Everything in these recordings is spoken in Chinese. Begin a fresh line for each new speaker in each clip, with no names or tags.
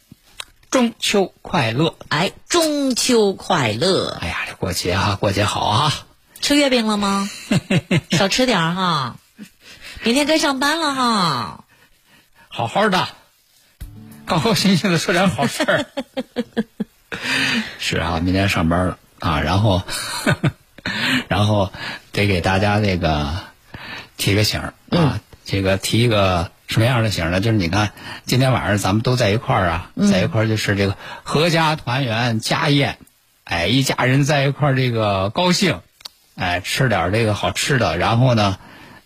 中秋快乐！
哎，中秋快乐！
哎呀，这过节啊，过节好啊！
吃月饼了吗？ 少吃点儿哈，明天该上班了哈。
好好的，高高兴兴的说点好事儿。是啊，明天上班了啊，然后， 然后得给大家那个提个醒儿啊，这个提一个什么样的醒儿呢？就是你看，今天晚上咱们都在一块儿啊，在一块儿就是这个合家团圆家宴，哎，一家人在一块儿这个高兴，哎，吃点儿这个好吃的，然后呢，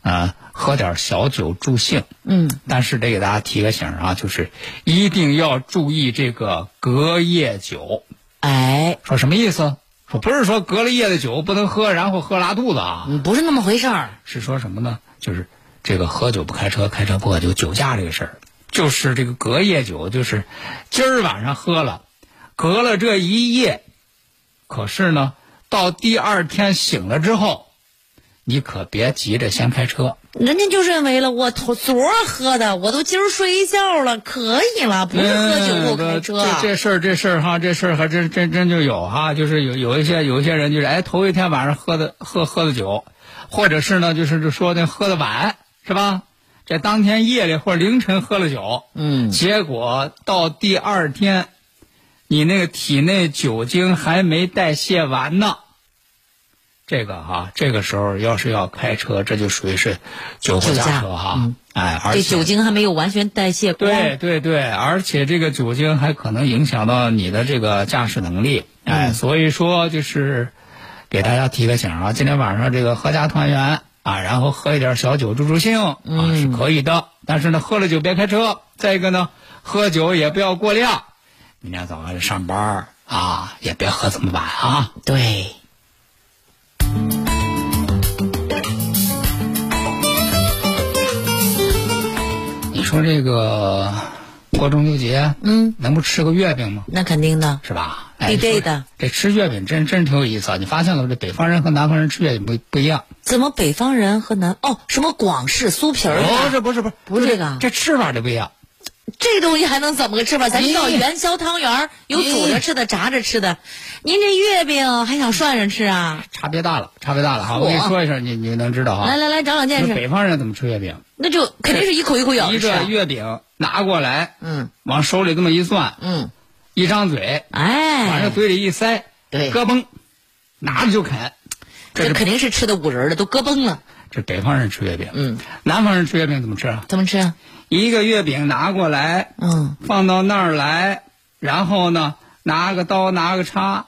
啊，喝点儿小酒助兴，
嗯，
但是得给大家提个醒儿啊，就是一定要注意这个隔夜酒。
哎，
说什么意思？说不是说隔了夜的酒不能喝，然后喝拉肚子啊，
嗯不是那么回事儿。
是说什么呢？就是这个喝酒不开车，开车不喝酒，酒驾这个事儿，就是这个隔夜酒，就是今儿晚上喝了，隔了这一夜，可是呢，到第二天醒了之后，你可别急着先开车，
人家就认为了，我头昨儿喝的，我都今儿睡觉了，可以了，不是喝酒后开车。
嗯
啊
这这事儿，这事儿哈，这事儿还真真真就有哈，就是有有一些有一些人就是哎，头一天晚上喝的喝喝的酒，或者是呢，就是就说那喝的晚是吧？这当天夜里或者凌晨喝了酒，
嗯，
结果到第二天，你那个体内酒精还没代谢完呢。这个哈、这个时候要是要开车，这就属于是酒后
酒驾
驾车哈、
嗯
哎，而且
这酒精还没有完全代谢光。
对对对，而且这个酒精还可能影响到你的这个驾驶能力，哎，所以说就是给大家提个醒啊，今天晚上这个合家团圆啊，然后喝一点小酒助助兴啊、是可以的，但是呢，喝了酒别开车，再一个呢，喝酒也不要过量，明天早上上班儿啊也别喝这么晚啊。
对，
你说这个过中秋节，
嗯，
能不吃个月饼吗？
那肯定的。
是吧？哎
必备
说
的
这吃月饼真真挺有意思啊！你发现了吗？这北方人和南方人吃月饼不不一样。
怎么北方人和南哦什么广式酥皮儿啊、
不哦是不是不是
不是这个啊
这吃法就不一样。
这东西还能怎么个吃法？咱知道
咦
元宵汤圆儿有煮着吃的、炸着吃的，您这月饼还想涮着吃啊？
差别大了，差别大了哈！
嚯
我跟你说一声，你你能知道
来
哈。
来来，长长见
就是
识，
北方人怎么吃月饼？
那就肯定是一口一口咬
一
着吃啊。
个月饼拿过来，
嗯
往手里这么一攥，
嗯，
一张嘴，往这
哎，
嘴里一塞，
对
咯嘣，拿着就啃。这
这
是
肯定是吃的五仁儿的，都咯嘣了。
这北方人吃月饼，
嗯，
南方人吃月饼怎么吃啊？
怎么吃啊？
一个月饼拿过来，
嗯，
放到那儿来，然后呢，拿个刀拿个叉，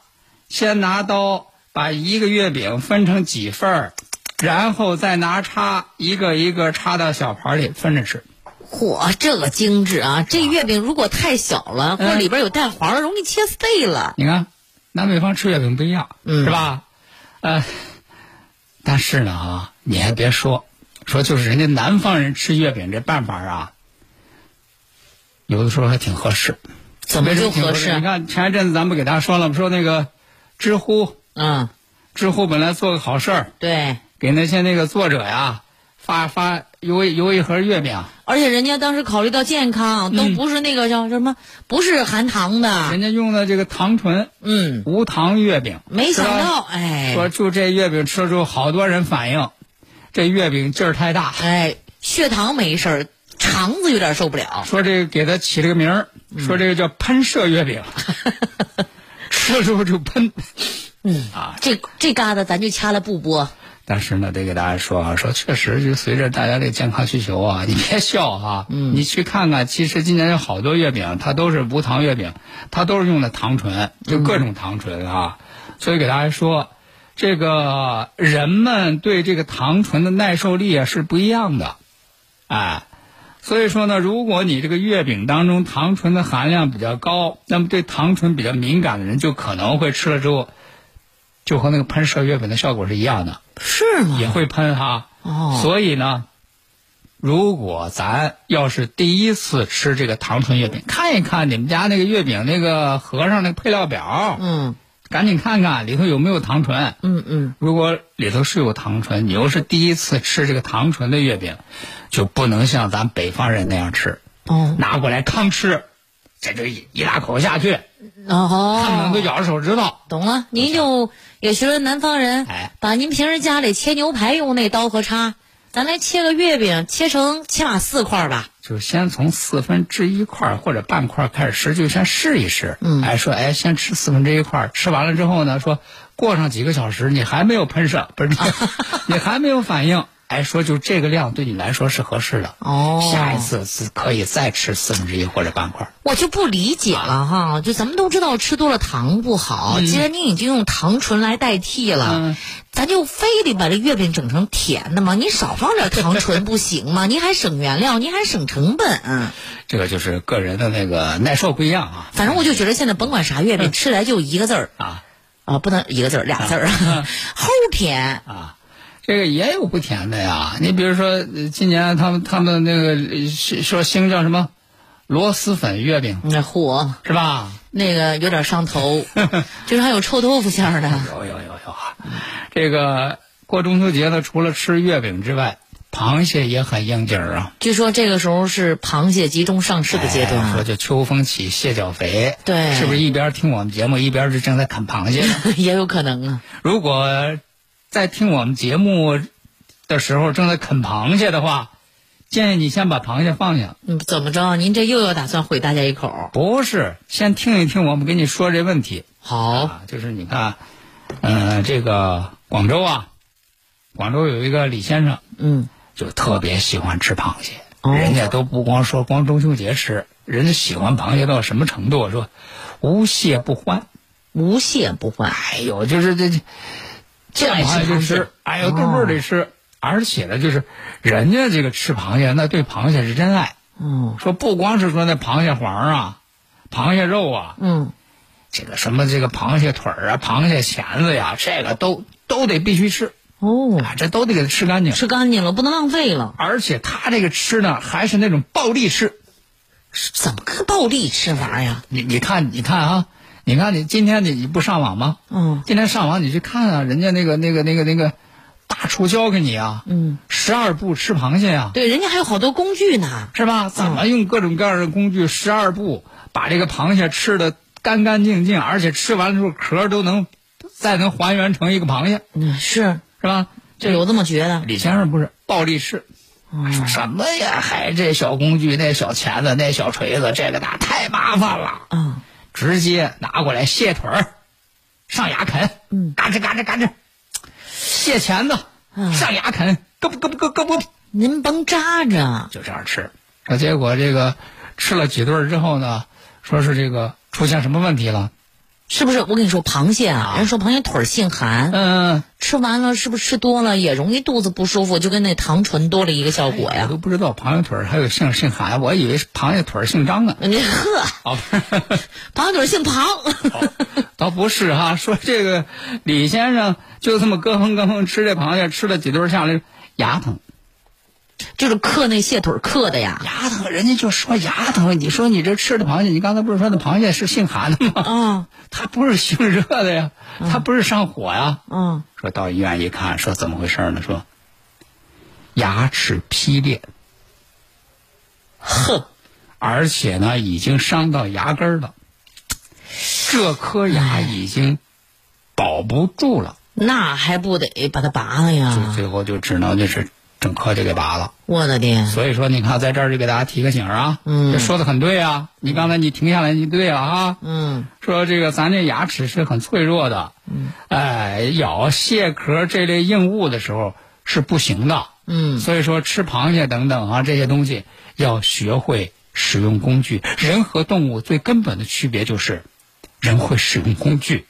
先拿刀把一个月饼分成几份儿，然后再拿叉一个一个插到小盘里分着吃。
嚯，这个精致啊！这月饼如果太小了，或
嗯
里边有蛋黄儿，容易切碎了。
你看，南北方吃月饼不一样，
嗯
是吧？呃，但是呢啊，你还别说，说就是人家南方人吃月饼这办法啊，有的时候还挺合适。
怎么
为什
就
挺
合
你
适？啊
看前一阵子咱们给大家说了，说那个知乎。
嗯，
知乎本来做个好事儿，
对。
给那些那个作者呀发发邮一邮一盒月饼，
而且人家当时考虑到健康，都不是那个叫什么，不是含糖的。
嗯人家用的这个糖醇
嗯，
无糖月饼，
没想
是
到，
吧
哎，
说就这月饼吃了之后，好多人反映这月饼劲儿太大，
哎，血糖没事儿，肠子有点受不了。
说这个给他起了个名儿，说这个叫喷射月饼，吃了之后就喷。啊
这这旮瘩咱就掐了不播。
但是呢，得给大家说啊，说确实就随着大家这健康需求啊， 你别笑啊，嗯，你去看看，其实今年有好多月饼，它都是无糖月饼，它都是用的糖醇，就各种糖醇啊，所以给大家说，这个人们对这个糖醇的耐受力啊是不一样的，哎。所以说呢，如果你这个月饼当中糖醇的含量比较高，那么对糖醇比较敏感的人，就可能会吃了之后，就和那个喷射月饼的效果是一样的。
是吗？
也会喷哈。
哦
所以呢，如果咱要是第一次吃这个糖醇月饼，看一看你们家那个月饼那个盒上那个配料表，
嗯
赶紧看看里头有没有糖醇。
嗯嗯，
如果里头是有糖醇，你又是第一次吃这个糖醇的月饼，就不能像咱北方人那样吃，
哦
拿过来吭吃，这就一一大口下去，
哦，
恨不能都咬着手指头。
懂了，您就也学了南方人，
哎
把您平时家里切牛排用那刀和叉，咱来切个月饼，切成起码四块儿吧。
就先从四分之一块儿或者半块儿开始吃，就先试一试。嗯，哎，说哎，先吃四分之一块儿，吃完了之后呢，说过上几个小时你还没有喷射，不是 你你还没有反应，哎，说就这个量对你来说是合适的。
哦
下一次是可以再吃四分之一或者半块儿。
我就不理解
啊
了哈，就咱们都知道吃多了糖不好，既然您已经用糖醇来代替了，
嗯
咱就非得把这月饼整成甜的吗？您少放点糖醇不行吗？您还省原料，您还省成本、
嗯这个就是个人的那个耐受不一样啊。
反正我就觉得现在甭管啥月饼，吃来就一个字儿
啊嗯
啊，不能一个字儿俩字儿， 齁甜。
这个也有不甜的呀。你比如说，呃今年他们他们那个呃是说兴叫什么螺蛳粉月饼
那嚯，
是吧？
那个有点上头， 就是还有臭豆腐馅儿的。
有有有有啊！这个过中秋节呢，除了吃月饼之外，螃蟹也很应景儿啊。
据说这个时候是螃蟹集中上市的阶段
哎说
啊，
就秋风起，蟹脚肥，
对
是不是一边听我们节目一边是正在啃螃蟹呢？
也有可能啊。
如果在听我们节目的时候正在啃螃蟹的话，建议你先把螃蟹放下。
嗯，怎么着？您这又要打算毁大家一口？
不是，先听一听我们给你说这问题。
好，
啊，就是你看，呃，这个广州啊，广州有一个李先生，
嗯，
就特别喜欢吃螃蟹。
哦
人家都不光说光中秋节吃，人家喜欢螃蟹到什么程度？说无蟹不欢。
无蟹不欢。
哎呦，就是这这
就
见
爱吃
螃蟹就
螃蟹
吃，哎呦，对味儿得吃。而且呢，就是人家这个吃螃蟹，那对螃蟹是真爱。
嗯
说不光是说那螃蟹黄啊，螃蟹肉啊，
嗯，
这个什么这个螃蟹腿儿啊、螃蟹钳子呀，这个都都得必须吃
哦，
啊，这都得给它吃干净。
吃干净了，不能浪费了。
而且他这个吃呢，还是那种暴力吃。
怎么个暴力吃法呀？
你你看你看啊，你看你今天你你不上网吗？
嗯，
今天上网你去看啊，人家那个那个那个那个大厨教给你啊，
嗯，
十二步吃螃蟹啊，
对，人家还有好多工具呢。
是吧？怎么用各种各样的工具十二步把这个螃蟹吃的干干净净，而且吃完了之后壳儿都能再能还原成一个螃蟹，
嗯，是，嗯
是吧？
对我这么觉得。
李先生不是暴力吃，说什么呀？还这小工具，那小钳子，那小锤子，这个那太麻烦了。
嗯，
直接拿过来蟹腿儿，上牙啃，嘎吱嘎吱嘎吱；蟹钳子上牙啃，咯嘣咯嘣咯嘣咯嘣，
您甭扎着。
就这样吃。那结果这个吃了几顿之后呢，说是这个出现什么问题了？
是不是？我跟你说，螃蟹啊，人说螃蟹腿儿性寒，
嗯，
吃完了是不是吃多了也容易肚子不舒服？就跟那糖醇多了一个效果
我
呀。
都不知道螃蟹腿儿还有姓姓韩，我以为是螃蟹腿儿姓张呢。
你呵，
哦，不是。
螃蟹腿儿性庞，
倒不是哈、说这个李先生就这么咯嘣咯嘣吃这螃蟹，吃了几顿下来，牙疼，
就是克那蟹腿儿克的呀。
牙疼，人家就说牙疼。你说你这吃的螃蟹，你刚才不是说那螃蟹是姓韩的吗？
啊
它不是姓热的呀，它不是上火呀。
嗯，
说到医院一看，说怎么回事呢？说牙齿劈裂，
哼，
而且呢已经伤到牙根儿了，这颗牙已经保不住了。
那还不得把它拔了
就
呀？
最后就只能就是整颗就给拔了。
我的天，
所以说，你看在这儿就给大家提个醒啊，嗯，这说的很对啊。你刚才你停下来，你对了啊，
嗯，
说这个咱这牙齿是很脆弱的，嗯，哎，咬蟹壳这类硬物的时候是不行的，
嗯
所以说吃螃蟹等等啊这些东西要学会使用工具。人和动物最根本的区别就是，人会使用工具。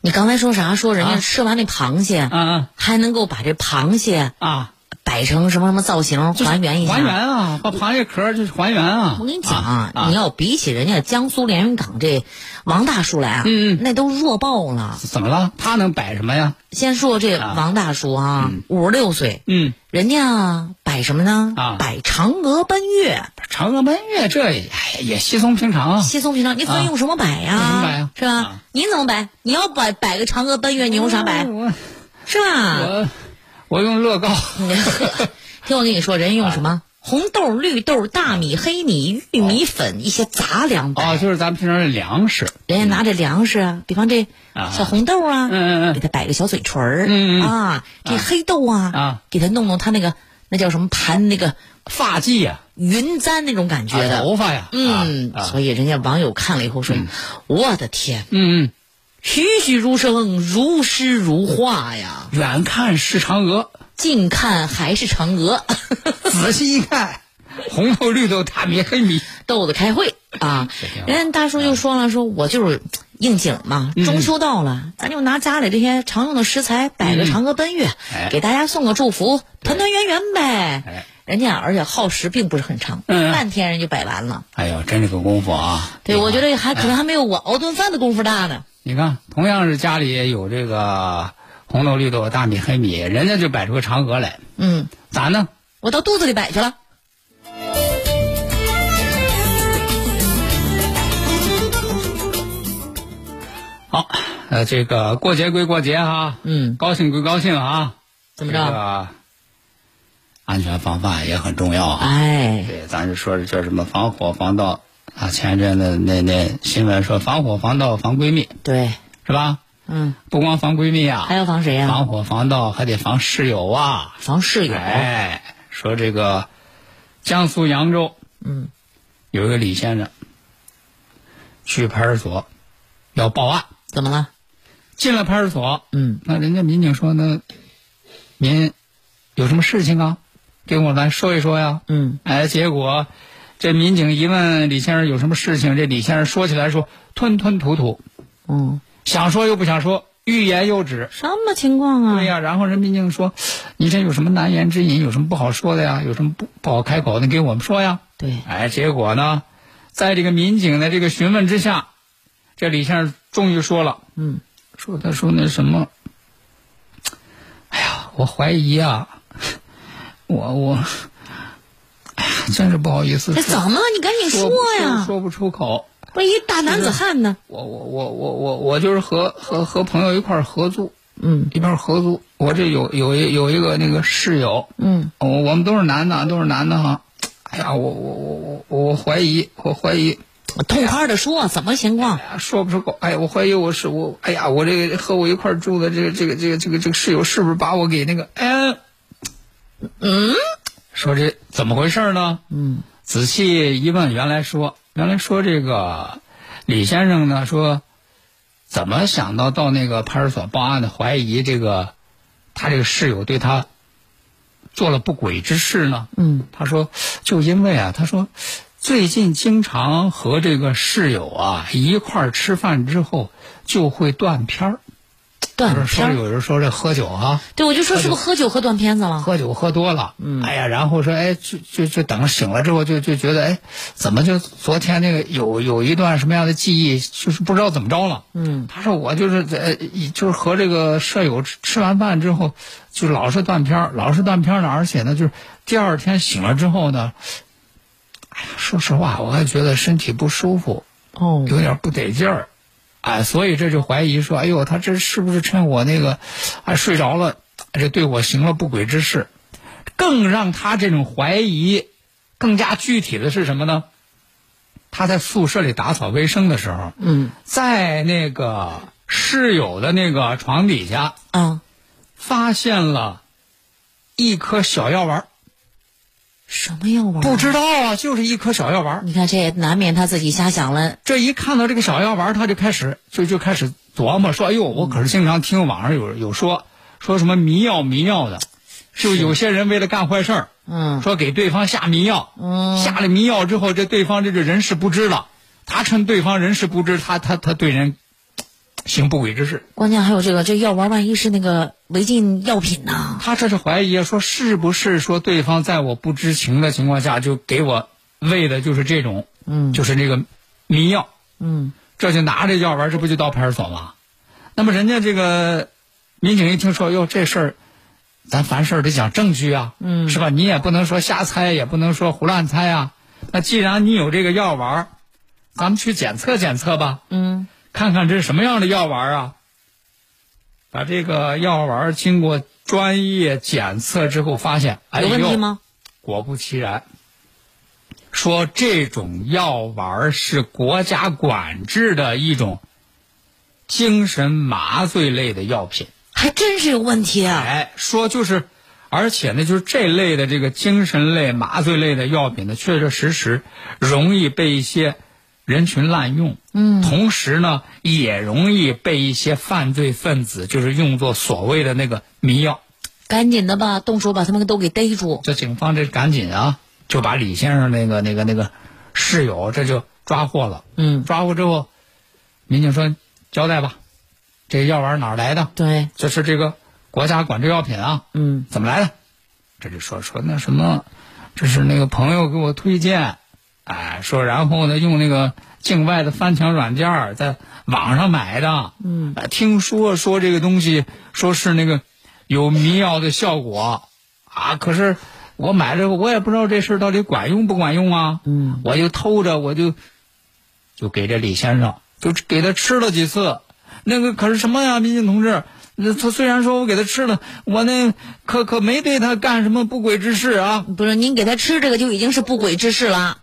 你刚才说啥？说人家
啊
吃完那螃蟹，
啊
还能够把这螃蟹
啊，
摆成什么什么造型，
就是
还原一下。
还原啊，把螃蟹壳就是还原啊。
我跟你讲
啊
啊，，你要比起人家江苏连云港这王大叔来啊，
嗯嗯
那都弱爆了。
怎么了？他能摆什么呀？
先说这王大叔啊，五十六岁，
嗯，
人家啊摆什么呢？
啊
摆嫦娥奔月，
嫦娥奔月这也哎也稀松平常啊。
稀松平常。你非用什么摆呀？
啊怎么摆呀
是吧？
啊嗯
你怎么摆？你要摆摆个嫦娥奔月，你用啥摆？
我
是 吧？
我我用乐高，
听我跟你说，人家用什么？
哎
红豆、绿豆、大米、黑米、玉米粉，一些杂粮摆。
哦，就是咱们平常的粮食。
人家拿着粮食啊，比方这
啊
小红豆啊，
嗯嗯嗯
给它摆个小嘴唇儿，
嗯嗯
啊，这黑豆啊，
啊
给它弄弄它那个那叫什么盘那个
发髻呀、
云簪那种感觉
啊，
的，
头发呀，
嗯，
啊，啊
所以人家网友看了以后说，我的天，
嗯嗯，
栩栩如生，如诗如画呀，
远看是嫦娥，
近看还是嫦娥，
仔细一看，红豆、绿豆、大米、黑米，
逗得开会啊
挺！好嗯
人家大叔就说了，说我就是应景嘛，中秋到了，咱就拿家里这些常用的食材摆个嫦娥奔月
嗯哎，
给大家送个祝福，团团圆圆呗
哎。
人家而且耗时并不是很长，
嗯
半天人就摆完了。
哎呦，真是个功夫啊！
对，
你看
我觉得还可能还没有我熬顿饭的功夫大呢。
你看，同样是家里有这个红豆、绿豆、大米、黑米，人家就摆出个嫦娥来，
嗯，
咱呢？
我到肚子里摆去了。
好，呃，这个过节归过节哈，
嗯，
高兴归高兴啊，
怎么
这
着？
个安全防范也很重要啊。
哎，
对，咱就说是叫什么防火防盗啊，前一阵子那那新闻说防火防盗防闺蜜
对，
是吧？
嗯，
不光防闺蜜
还
啊，
要防谁哎呀？
防火防盗还得防室友啊。
防室友。
哎，说这个江苏扬州，
嗯，
有一个李先生去派出所要报案，
怎么了？
进了派出所，
嗯，
那人家民警说呢，您有什么事情啊？给我来说一说呀。
嗯，
哎，结果这民警一问李先生有什么事情，这李先生说起来说吞吞吐吐，
嗯，
想说又不想说，欲言又止。
什么情况啊？
对呀、然后人民警说：“你这有什么难言之隐？有什么不好说的呀？有什么不不好开口的，你给我们说呀。”
对，
哎，结果呢，在这个民警的这个询问之下，这李先生终于说了，
嗯，
说他说那什么，哎呀，我怀疑啊，我我，哎呀，真是不好意思
这哎怎
说，
么了？你赶紧
说不
呀！
说不出口。
不是一大男子汉呢？
我我我我我我就是和和和朋友一块儿合租，
嗯
一块儿合租。我这有有一有一个那个室友，
嗯，
我我们都是男的，都是男的哈。哎呀，我我我我我怀疑，我怀疑，
我痛快的说，怎么情况
哎？呀，说不出口。哎呀，我怀疑我是我，哎呀，我这个和我一块儿住的这个这个这个这个这个室友是不是把我给那个哎，嗯，说这怎么回事呢？
嗯
仔细一问，原来说，原来说这个李先生呢说，怎么想到到那个派出所报案的，怀疑这个他这个室友对他做了不轨之事呢？
嗯
他说，就因为啊，他说最近经常和这个室友啊一块儿吃饭之后就会断片儿。就
断
是说
片儿。
有人说这喝酒啊，
对，我就说是不是喝酒喝断片子了？
喝酒喝多了，嗯，哎呀，然后说，哎，就就就等醒了之后就，就觉得，哎，怎么就昨天那个有有一段什么样的记忆，就是不知道怎么着了。
嗯，
他说我就是呃，一就是和这个舍友吃吃完饭之后，就老是断片儿，老是断片儿呢，而且呢，就是第二天醒了之后呢，哎呀，说实话，我还觉得身体不舒服，
哦
有点不得劲儿，哎，所以这就怀疑说，哎呦，他这是不是趁我那个，哎睡着了，这对我行了不轨之事？更让他这种怀疑更加具体的是什么呢？他在宿舍里打扫卫生的时候，
嗯
在那个室友的那个床底下
啊，
发现了一颗小药丸儿，
什么药丸？
不，知道啊，就是一颗小药丸儿。
你看这也难免他自己瞎想了。
这一看到这个小药丸儿，他就开始就就开始琢磨说：“哎呦，
嗯
我可是经常听网上有有说说什么迷药迷药的，就有些人为了干坏事儿，
嗯
说给对方下迷药，下了迷药之后，这对方这就人事不知了。他趁对方人事不知，他他他对人行不轨之事。
关键还有这个，这药丸万一是那个违禁药品呢？
他这是怀疑啊，说是不是说对方在我不知情的情况下就给我喂的就是这种，
嗯
就是这个迷药，
嗯，
这就拿着药丸，这不就到派出所吗？那么人家这个民警一听说，哟，这事儿，咱凡事得讲证据啊，嗯，是吧？你也不能说瞎猜，也不能说胡乱猜啊。那既然你有这个药丸，咱们去检测检测吧，
嗯，
看看这是什么样的药丸啊。把这个药丸经过专业检测之后，发现，哎
有
呦，
问题吗？
果不其然，说这种药丸儿是国家管制的一种精神麻醉类的药品。
还真是有问题啊！
哎，说就是，而且呢，就是这类的这个精神类、麻醉类的药品呢，确确实实容易被一些人群滥用。嗯，同时呢，也容易被一些犯罪分子就是用作所谓的那个迷药。
赶紧的吧，动手把他们都给逮住。
这警方这赶紧啊，就把李先生那个那个那个室友这就抓获了。
嗯，
抓获之后，民警说交代吧，这药丸哪儿来的？
对，
这是这个国家管制药品啊，
嗯
怎么来的？这就说说那什么，这是那个朋友给我推荐，哎，说然后呢用那个境外的翻墙软件儿在网上买的，嗯，听说说这个东西说是那个有迷药的效果，啊，可是我买这个我也不知道这事儿到底管用不管用啊，嗯，我就偷着我就就给这李先生，就给他吃了几次。那个可是什么呀，民警同志？那他虽然说我给他吃了，我那可可没对他干什么不轨之事啊。
不是您给他吃这个就已经是不轨之事了。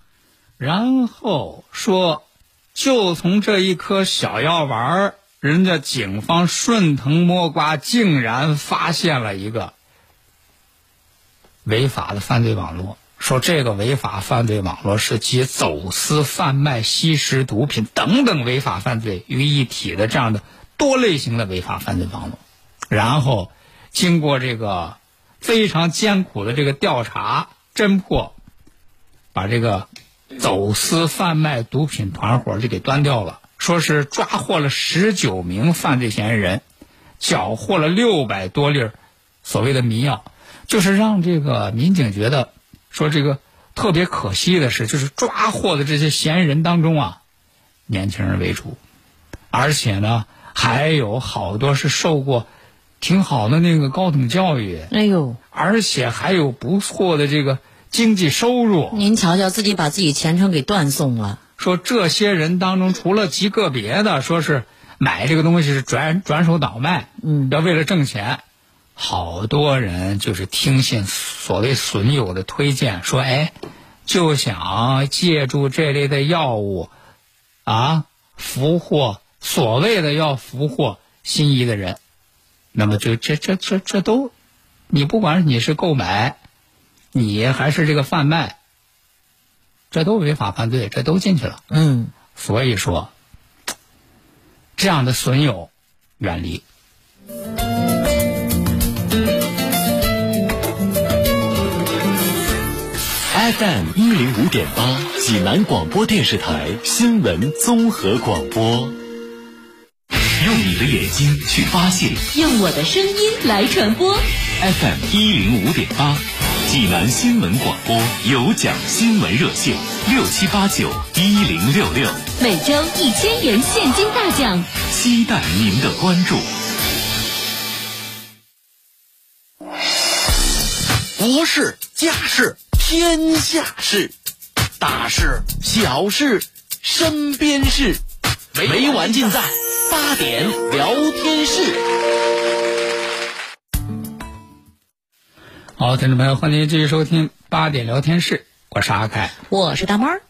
然后说，就从这一颗小药丸儿，人家警方顺藤摸瓜，竟然发现了一个违法的犯罪网络。说这个违法犯罪网络是集走私、贩卖、吸食毒品等等违法犯罪于一体的这样的多类型的违法犯罪网络。然后经过这个非常艰苦的这个调查侦破，把这个走私贩卖毒品团伙就给端掉了，说是抓获了十九名犯罪嫌疑人，缴获了六百多粒儿所谓的迷药，就是让这个民警觉得说这个特别可惜的是，就是抓获的这些嫌疑人当中啊，年轻人为主，而且呢还有好多是受过挺好的那个高等教育，
哎呦，
而且还有不错的这个经济收入。
您瞧瞧，自己把自己前程给断送了。
说这些人当中，除了极个别的说是买这个东西是转转手倒卖，
嗯
要为了挣钱，好多人就是听信所谓损友的推荐，说哎，就想借助这类的药物啊，俘获所谓的要俘获心仪的人，那么就这这这这都，你不管你是购买，你还是这个贩卖。这都违法犯罪，这都进去了。
嗯，
所以说，这样的损友远离。
FM 一零五点八，济南广播电视台新闻综合广播。
用你的眼睛去发现
用我的声音来传播。
FM 一零五点八，济南新闻广播有奖新闻热线六七八九一零六六，
每周一千元现金大奖，
期待您的关注。
国事、家事、天下事，大事、小事、身边事，每晚尽在八点聊天室。
好，听众朋友，欢迎继续收听八点聊天室，我是阿凯。
我是大猫儿。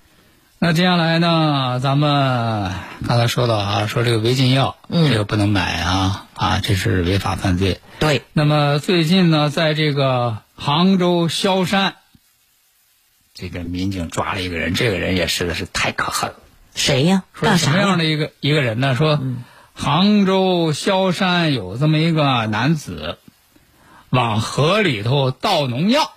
那接下来呢，咱们刚才说到啊，说这个违禁药，
嗯
这个不能买啊啊，这是违法犯罪。
对，
那么最近呢，在这个杭州萧山，这个民警抓了一个人，这个人也实在是太可恨了。
谁呀？
说
干
什么
啥
样
呀？嗯
的一个一个人呢？说，杭州萧山有这么一个男子，往河里头倒农药，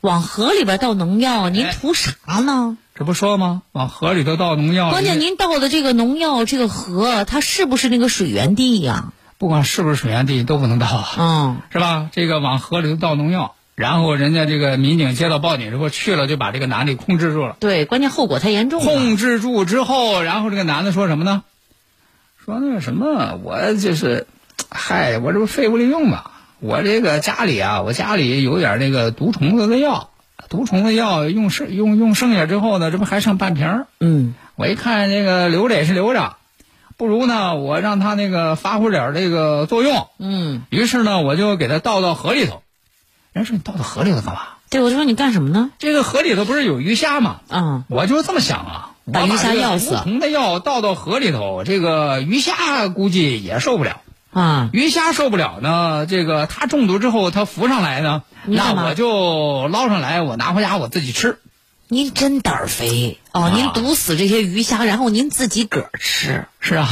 往河里边倒农药，您
哎
图啥呢？
这不说吗？往河里头倒农药，
关键
你
您倒的这个农药，这个河它是不是那个水源地呀、
不管是不是水源地都不能倒啊，
嗯，
是吧？这个往河里头倒农药，然后人家这个民警接到报警之后去了，就把这个男的控制住了。
对，关键后果太严重了。
控制住之后，然后这个男的说什么呢？说那个什么，我就是，嗨，我这不废物利用嘛。我这个家里啊，我家里有点那个毒虫子的药，毒虫子药用剩用用剩下之后呢，这不还剩半瓶儿
嗯，
我一看这个留着也是留着，不如呢，我让它那个发挥点儿这个作用。
嗯，
于是呢，我就给它倒到河里头。人家说你倒到河里头干嘛？
对，我就说你干什么呢？
这个河里头不是有鱼虾吗？
啊、
我就是这么想啊，
把
我
鱼虾
这个
药死
梧桐的药倒到河里头，这个鱼虾估计也受不了。
啊，
鱼虾受不了呢，这个它中毒之后，它浮上来呢，
你干嘛
那我就捞上来，我拿回家我自己吃。
您真胆儿肥哦！您
啊
毒死这些鱼虾，然后您自己个儿吃，
是啊，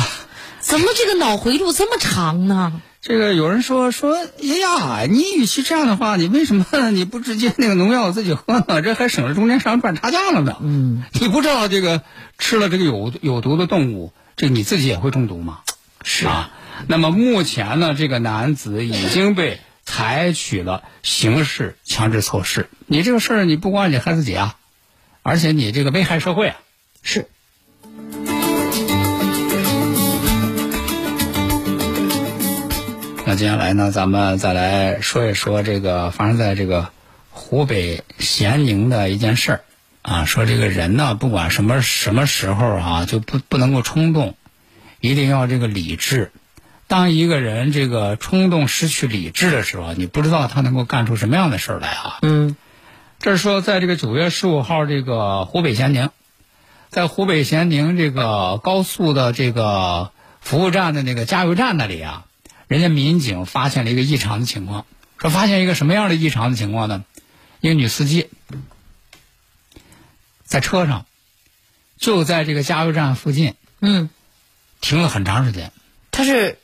怎么这个脑回路这么长呢？
这个有人说说，哎呀，你与其这样的话，你为什么你不直接那个农药自己喝呢？ 这还省着中间商赚差价了呢。嗯，你不知道这个吃了这个有有毒的动物，这你自己也会中毒吗？
是
啊。那么目前呢，这个男子已经被采取了刑事强制措施。你这个事儿，你不光你害自己啊，而且你这个危害社会啊。
是，
那接下来呢，咱们再来说一说这个发生在这个湖北咸宁的一件事儿啊，说这个人呢，不管什么什么时候啊，就不不能够冲动，一定要这个理智。当一个人这个冲动失去理智的时候，你不知道他能够干出什么样的事儿来啊。
嗯，
这是说，在这个九月十五号，这个湖北咸宁，在湖北咸宁这个高速的这个服务站的那个加油站那里啊，人家民警发现了一个异常的情况，说发现一个什么样的异常的情况呢？一个女司机在车上，就在这个加油站附近
嗯，
停了很长时间，
他是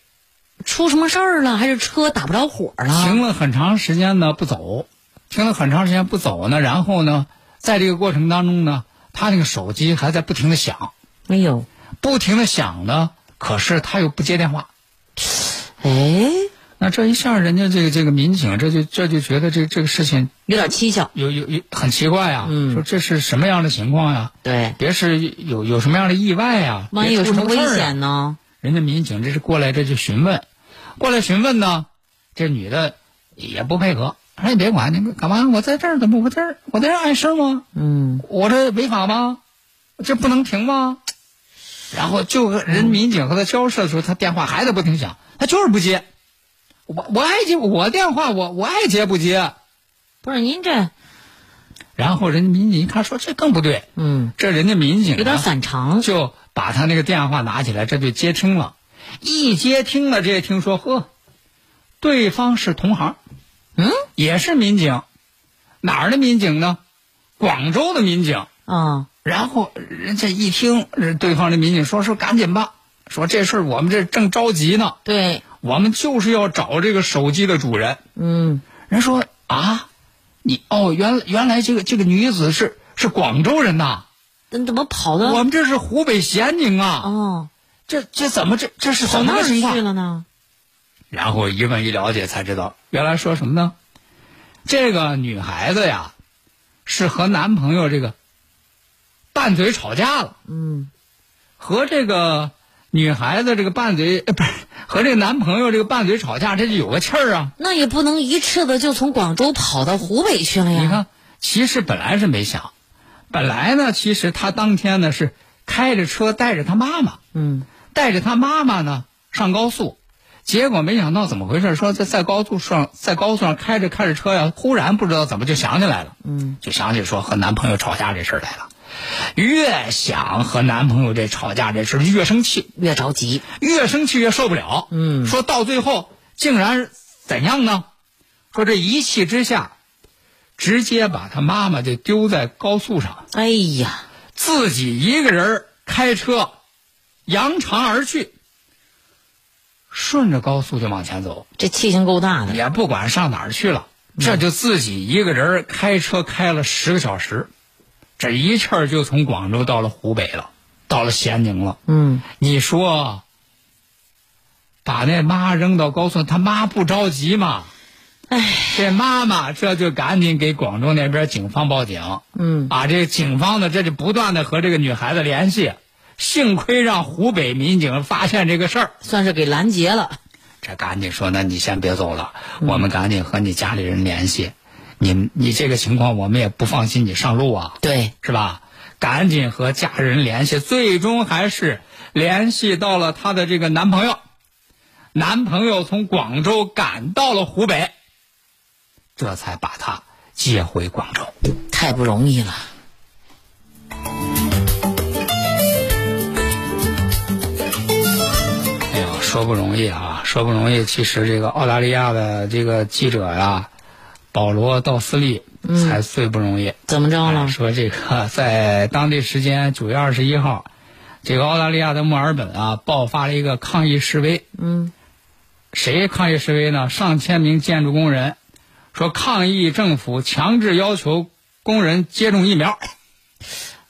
出什么事儿了，还是车打不着火了？
停了很长时间呢不走，停了很长时间不走呢，然后呢，在这个过程当中呢，她那个手机还在不停的响。
没有？
不停的响呢，可是他又不接电话。
哎，
那这一下，人家这个这个民警，这就这就觉得这这个事情
有点蹊跷。
有有有很奇怪呀、
嗯
说这是什么样的情况呀、
对，
别是有有什么样的意外呀、
万一
别
有
出
什么危
事儿啊
险呢？
人家民警这是过来这就询问，过来询问呢，这女的也不配合，说你哎别管，你们干嘛？我在这儿怎么回事儿？我在这儿碍事儿吗？
嗯，
我这违法吗？这不能停吗？然后就和人民警和他交涉的时候，他电话还在不停响，他就是不接。我我爱接我电话，我我爱接不接。
不是您这，嗯
然后人民警一看说这更不对，
嗯，
这人家民警啊
有点反常。
就把他那个电话拿起来，这就接听了。一接听了，这一听说呵，对方是同行，
嗯
也是民警，哪儿的民警呢？广州的民警。
啊，
然后人家一听，人对方的民警说：“说赶紧吧，说这事儿我们这正着急呢，
对，
我们就是要找这个手机的主人。
嗯，”
人说：“啊，你哦，原原来这个这个女子是是广州人呐，
那怎么跑
我
到
们这是湖北咸宁啊，
哦
这这怎么这这是
跑
怎么
那
个
儿
情
去
况？”
了呢？
然后一问一了解才知道，原来说什么呢？这个女孩子呀，是和男朋友这个拌嘴吵架了。
嗯，
和这个女孩子这个拌嘴，呃不是和这个男朋友这个拌嘴吵架，这就有个气儿啊。
那也不能一翅子就从广州跑到湖北去了呀。
你看，其实本来是没想，本来呢，其实他当天呢是开着车带着他妈妈，
嗯，
带着他妈妈呢上高速，结果没想到怎么回事，说在在高速上在高速上开着开着车呀，忽然不知道怎么就想起来了，嗯，就想起说和男朋友吵架这事儿来了。越想和男朋友这吵架这事儿，越生气，
越着急，
越生气越受不了。嗯，说到最后竟然怎样呢？说这一气之下，直接把他妈妈就丢在高速上，
哎呀，
自己一个人儿开车扬长而去，顺着高速就往前走，
这气性够大的，
也不管上哪儿去了，这就自己一个人儿开车开了十个小时，这一气儿就从广州到了湖北了，到了咸宁了。
嗯，
你说，把那妈扔到高速，他妈不着急吗？哎，这妈妈这就赶紧给广州那边警方报警。
嗯，
啊，这警方呢，这就不断的和这个女孩子联系，幸亏让湖北民警发现这个事儿，
算是给拦截了。
这赶紧说，那你先别走了，我们赶紧和你家里人联系。你你这个情况，我们也不放心你上路啊。
对，
是吧？赶紧和家人联系，最终还是联系到了她的这个男朋友。男朋友从广州赶到了湖北，这才把她接回广州。
太不容易了。
哎呦，说不容易啊，说不容易。其实这个澳大利亚的这个记者呀、保罗·道斯利才最不容易。
怎么着了？
啊说这个 在当地时间九月二十一号，这个澳大利亚的墨尔本啊爆发了一个抗议示威。
嗯，
谁抗议示威呢？上千名建筑工人说抗议政府强制要求工人接种疫苗。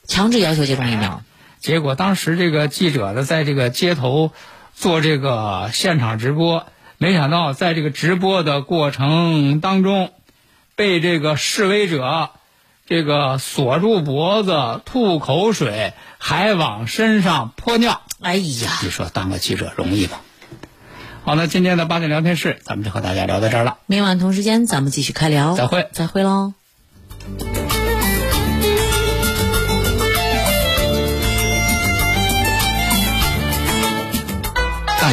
强制要求接种疫苗。
结果当时这个记者呢，在这个街头做这个现场直播，没想到在这个直播的过程当中，被这个示威者这个锁住脖子、吐口水，还往身上泼尿。
哎呀，
你说当个记者容易吗？好，那今天的八点聊天室，咱们就和大家聊到这儿了。
明晚同时间咱们继续开聊。
再会
再会喽。
大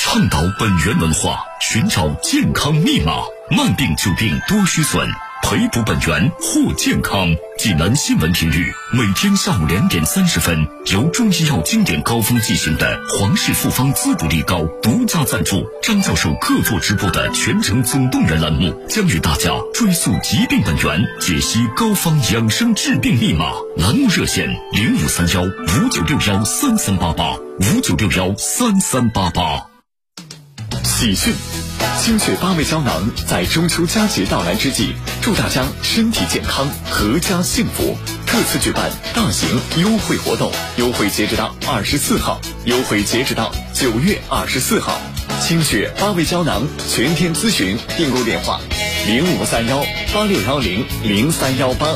倡导本源文化，寻找健康密码。慢病久病多虚损，培补本源护健康。济南新闻频率每天下午两点三十分，由中医药经典膏方进行的皇氏复方滋补力膏独家赞助，张教授客座直播的全程总动员栏目，将与大家追溯疾病本源，解析膏方养生治病密码。栏目热线零五三幺五九六幺三三八八五九六幺三三八八。
喜讯！精血八味胶囊在中秋佳节到来之际，祝大家身体健康，阖家幸福。特此举办大型优惠活动，优惠截止到二十四号，优惠截止到九月二十四号。精血八味胶囊全天咨询订购电话：零五三幺八六幺零零三幺八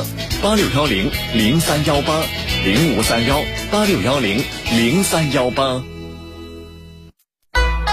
八六幺零零三幺八零五三幺八六幺零零三幺八。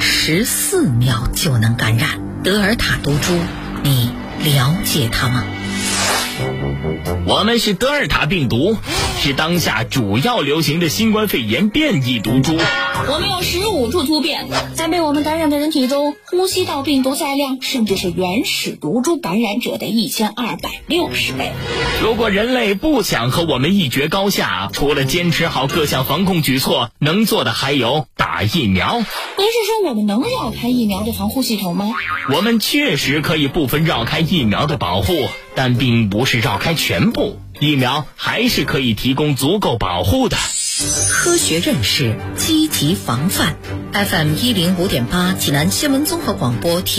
十四秒就能感染德尔塔毒株，你了解它吗？
我们是德尔塔病毒，是当下主要流行的新冠肺炎变异毒株。
我们有十五处突变，在被我们感染的人体中，呼吸道病毒载量甚至是原始毒株感染者的一千二百六十倍。
如果人类不想和我们一决高下，除了坚持好各项防控举措，能做的还有打疫苗。
您是说我们能绕开疫苗的防护系统吗？
我们确实可以部分绕开疫苗的保护，但并不是绕开全部。疫苗还是可以提供足够保护的。
科学认识，积极防范。FM 一零五点八，济南新闻综合广播提。